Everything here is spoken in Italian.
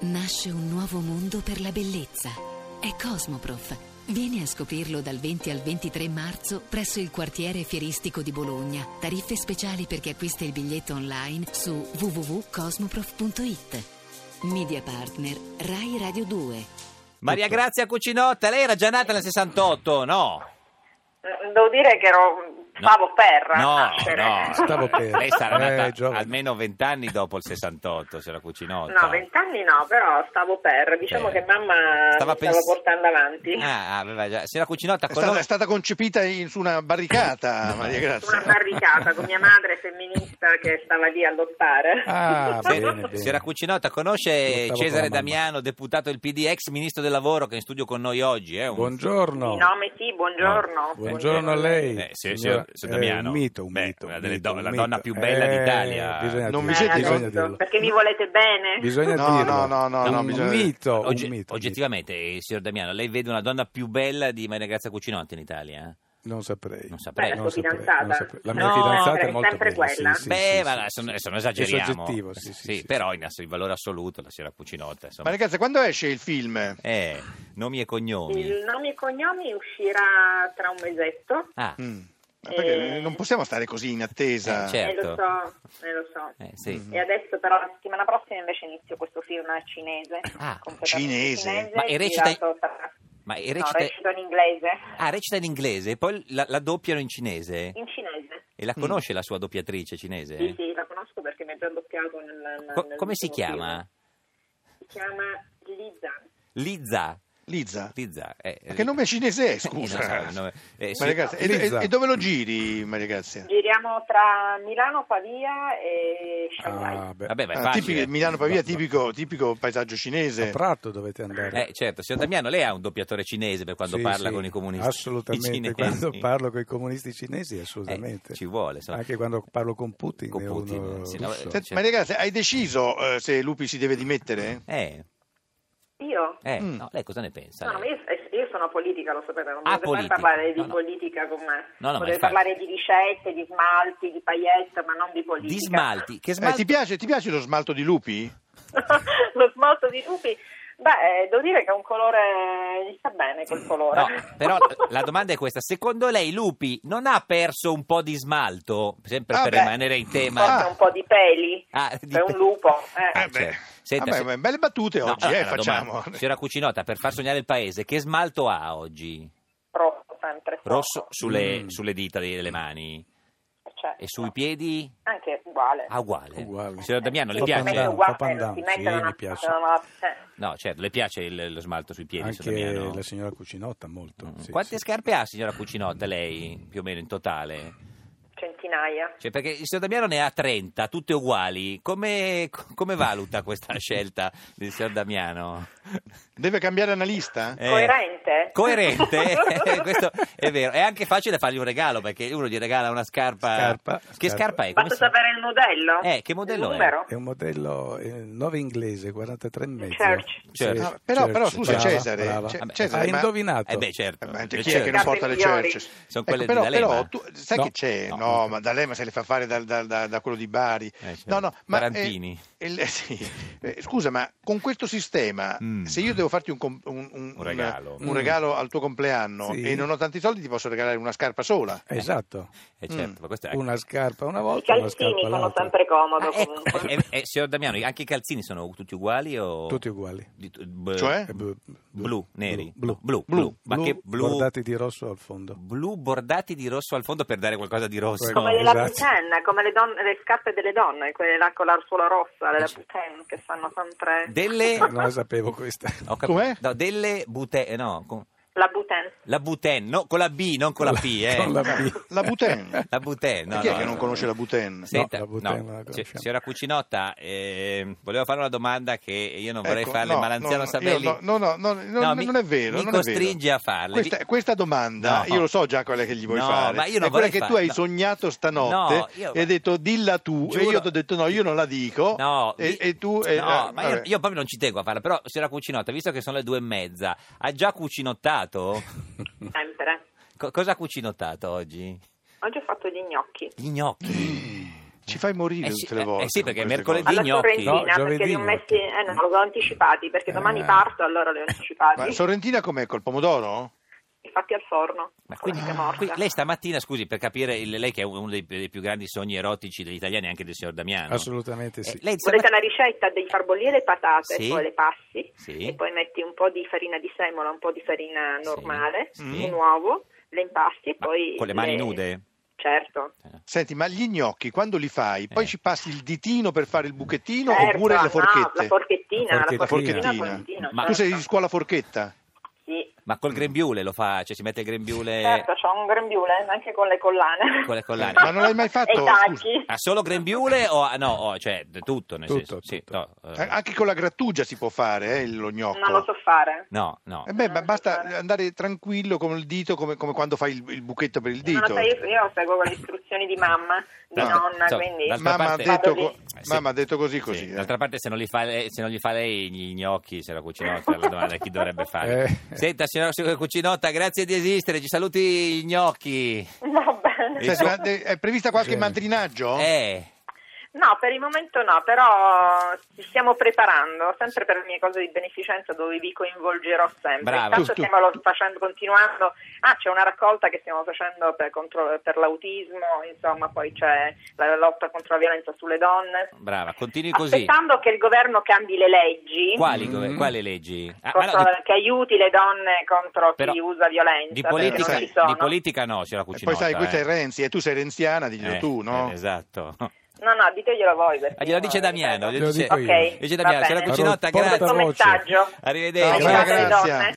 Nasce un nuovo mondo per la bellezza. È Cosmoprof. Vieni a scoprirlo dal 20 al 23 marzo presso il quartiere fieristico di Bologna. Tariffe speciali per chi acquista il biglietto online su www.cosmoprof.it. Media partner Rai Radio 2. Maria Grazia Cucinotta, lei era già nata nel 68, no? Mm, Devo dire che ero, stavo per No, nascere. no, Stavo per. lei sarà Eh, nata giovane. almeno vent'anni dopo il 68, se la cucinotta. No, vent'anni no, però stavo per. Diciamo Eh. che Stava mamma mi stava pens- portando avanti. Ah, aveva già... Signora Cucinotta, È con stata, noi- è stata concepita in- su una barricata, Maria Su Una Grazia. barricata con mia madre femminista che stava lì a lottare. Ah, Se- bene, bene. signora Cucinotta, conosce Lottavo Cesare con la mamma. Damiano, deputato del PD, ex ministro del lavoro, che è in studio con noi oggi. eh, un- Buongiorno. Di nome sì, buongiorno. Ah, Buongiorno a lei. Eh, sì, signora- signor- signor Damiano. eh, un mito, un Beh, mito. una un delle mito, do- un la mito. donna più bella Eh, d'Italia. Bisogna, Non Eh, mi dirlo, ragazzi, bisogna dirlo. perché mi volete bene? Bisogna No, dirlo. no, no, no, no, Un bisogna- mito, un ogge- mito, un oggettivamente, eh, signor Damiano, lei vede una donna più bella di Maria Grazia Cucinotta in Italia? eh? mito. Non saprei. Non Beh, saprei. la sua Non saprei, fidanzata. non saprei. La mia No, fidanzata sempre, è molto sempre bella. quella. Sì, sì, Beh, sì, ma sì, adesso, sì. adesso non È esageriamo. soggettivo, sì, sì, sì, sì. però in, ass- in valore assoluto la signora Cucinotta, insomma. Maria Grazia, quando esce il film? Eh, nomi e cognomi. Il nome e cognomi uscirà tra un mesetto. Ah, Mm. Ma perché Eh. non possiamo stare così in attesa. Eh, certo. Eh, lo so, eh, lo so. eh, sì. Mm. E adesso però la settimana prossima invece inizio questo film cinese. Ah, completamente cinese? Ma e recita in- girato tra- Ma e no, recita... recito in inglese. Ah, recita in inglese e poi la, la doppiano in cinese? In cinese. E la Mm. conosce la sua doppiatrice cinese? Sì, sì, la conosco perché mi ha già doppiato nel, nel- Co- nell'ultimo come si film. chiama? Si chiama Li Zhang. Lizza. Lizza? Lizza. eh, Ah. Ma eh, che nome cinese è, eh, non scusa? so il nome. Eh, Maria sì, Grazia, e, Lizza. e- e dove lo giri, Maria Eh, Grazia? Giriamo tra Milano, Pavia e Shanghai. Ah, beh. Vabbè, ma è Ah, facile. tipico- Milano-Pavia, Va- tipico, tipico paesaggio A cinese. Prato dovete andare. Eh, certo, signor Damiano, lei ha un doppiatore cinese per quando Sì, parla sì, con i comunisti Assolutamente, cinesi. quando parlo con i comunisti cinesi, assolutamente. Eh, ci vuole, insomma. Anche quando parlo con Putin. Con è Putin, uno sì, no, russo. eh, Senti, Maria Grazia, hai deciso eh, se Lupi si deve dimettere? Eh, Io? eh, Mm. no, lei cosa ne pensa? No, no, ma lei? io, eh, io sono politica, lo sapete, non Esatto. Ah, potete mai politica. parlare di No, no. politica con me. No, no, ma potete infatti. parlare di ricette, di smalti, di paillette, ma non di politica. Di smalti. Che Eh, smalti? ti, piace, ti piace lo smalto di Lupi? Lo smalto di lupi, beh, eh, devo dire che è un colore, gli sta bene quel colore. No, però la domanda è questa: secondo lei Lupi non ha perso un po' di smalto? Sempre Ah, per beh. Ah. rimanere in tema. Forse un po' di peli, Ah, di è pe- un lupo. eh. Ah, Eh, beh. certo. Senta, Vabbè, se- belle battute No, oggi, allora, eh, la facciamo. domanda. Signora Cucinotta, per far sognare il paese, che smalto ha oggi? rosso sempre. fuoco. Rosso sulle, Mm. sulle dita delle mani Certo. e sui piedi? Anche uguale. Ah, uguale. Uguale. Signor Damiano, le Sì, piace? meglio uguale, Up and down. si Sì, mettono una- mi piace. una- eh. No, certo, le piace il- lo smalto sui piedi, signor Anche Damiano? la signora Cucinotta, molto. Mm. sì, Quante sì. scarpe ha, signora Cucinotta, lei, più o meno in totale? centinaia. Cioè, perché il signor Damiano ne ha 30, tutte uguali. Come, come valuta questa scelta del signor Damiano? Deve cambiare analista? Eh, Coerente? Coerente, Eh, questo è vero. È anche facile fargli un regalo, perché uno gli regala una scarpa... Scarpa, Che scarpa. scarpa è? Come Basta si- sapere il modello? Eh, che modello il è? numero? È un modello eh, 9 inglese, 43 e mezzo. Church. Church. Ah, però- però, scusa, Brava, Cesare, brava. Ce- Vabbè, Cesare, hai ma- indovinato. Eh Ah, beh, certo. Eh, ma chi Le è che Church. non Certo. porta le Migliori. church? Sono quelle però, di D'Alema. però tu- sai No. che c'è? No. No, ma D'Alema se le fa fare dal- dal- da, da quello di Bari. certo. No, no, ma, Tarantini. eh, il- eh, sì. Eh, scusa, ma con questo sistema, Mm. se io devo farti un, com- un- un- Un regalo. un regalo al tuo compleanno Sì. e non ho tanti soldi, ti posso regalare una scarpa sola. Esatto, Eh, mm. certo, ma questo è... una scarpa una I volta, una calzini scarpa sono l'altra. sempre comodo Ah, ecco, comunque. eh, eh, signor Damiano, anche i calzini sono tutti uguali o... Tutti uguali. Di- b- Cioè? Eh, blu, Blu, neri. Blu, blu, blu. Ma che blu- Bordati di rosso al fondo. Blu bordati di rosso al fondo per dare qualcosa di rosso. No, Come le esatto. laputene, come le, donne- le scarpe delle donne, quelle là con la suola rossa, le laputene che fanno sempre... Eh, Delle... Eh, Non la sapevo questa. Ho capito. Com'è? No, delle bute... eh, No, con- La buten. la buten, no, con la B, non con la P, eh. Con la B. La Buten. La Buten, no, Chi no, è che no. non conosce la Buten? Senta, No, la Buten no, la si- conosciamo. signora Cucinotta, eh, volevo fare una domanda che io non vorrei Ecco, farle, no, ma l'anziano no, Sabelli... io No, no, no, no, non, mi- non è vero. Mi non è vero. costringe a farle. Questa, questa domanda, No. io lo so già quella che gli vuoi No, fare. ma io non è quella vorrei che tu fare- hai no. sognato stanotte No, io- e hai detto dilla tu. E Giuro- io ti ho detto no, io non la dico. No, e, vi- e tu... e- no, eh, ma io, vabbè. io proprio non ci tengo a farla. Però, signora Cucinotta, visto che sono le due e mezza, ha già cucinottato? Sempre. Co- cosa ha cucinottato oggi? Oggi ho fatto gli gnocchi. Gli gnocchi. Ci fai morire Eh sì, tutte le eh, volte. eh sì, con perché queste mercoledì- cose. Alla Di gnocchi. No, Sorrentina, perché giovedì li ho gnocchi. messi, eh no, l'ho anticipati, perché domani Eh. parto, allora li ho Ma anticipati, Sorrentina com'è? Col pomodoro? fatti al forno, Ma con quindi, la morta. Eh, qui- lei stamattina, scusi, per capire, il- lei che è uno dei, dei più grandi sogni erotici degli italiani, anche del signor Damiano. Assolutamente sì. Eh, lei Volete stamattina- la ricetta? Devi far bollire le patate, Sì. poi le passi, Sì. e poi metti un po' di farina di semola, un po' di farina Sì. normale, Sì. un uovo, le impasti e Ma poi... Con le mani nude? Certo. Senti, ma gli gnocchi quando li fai? Poi Eh. ci passi il ditino per fare il buchettino Certo, oppure no, le forchette? la forchettina, la La forchettina, forchettina. con il ditino, Ma- tu sei di certo. scuola forchetta? Sì. Ma col grembiule lo fa, cioè si mette il grembiule... Mm. Certo, c'ho un grembiule anche con le collane. Con le collane. Ma non l'hai mai fatto? e i tacchi. Ha solo grembiule o ah, no, oh, cioè d- tutto nel Tutto, senso? sì, tutto. no, eh, Eh, Anche con la grattugia si può fare eh, lo gnocco. Non lo Ecco. so fare. no, no. Eh beh, Non ma lo so basta fare. andare tranquillo con il dito come, come quando fai il, il buchetto per il Non lo dito. so, io, io seguo le istruzioni di mamma, di No, nonna, so, quindi... d'altra Mamma, ha parte- Vado detto lì. co- Eh, sì. mamma ha detto così Sì, così. eh. D'altra parte se non, li fa lei, se non li fa lei gli gnocchi se la cucinotta la domanda è chi dovrebbe fare. Eh. Senta signora cucinotta, grazie di esistere, ci saluti gli gnocchi. Va bene. Senti, ma de- è prevista qualche Sì. mantrinaggio? Eh. No, per il momento no, però ci stiamo preparando, sempre per le mie cose di beneficenza dove vi coinvolgerò sempre. Brava. Intanto Tu- tu- stiamo lo- facendo, continuando, ah c'è una raccolta che stiamo facendo per, contro- per l'autismo, insomma poi c'è la lotta contro la violenza sulle donne. Brava, continui Ah, così. Aspettando che il governo cambi le leggi. Quali, gove- Mm. quali leggi? Ah, ma no, contro- di- che aiuti le donne contro però- chi usa violenza di perché politica, non ci sono. di politica no, signora E cucinotta. poi sai, questa eh. è Renzi e tu sei renziana, diglielo Eh, tu, no? eh, esatto. no no diteglielo voi perché Ah, glielo io dice non- Damiano, glielo glielo dice, dico io. ok dice va Damiano. Signora bene. Cucinotta, Porta- grazie. questo portavoce. messaggio Arrivederci. Ciao, Aiutate le grazie. donne.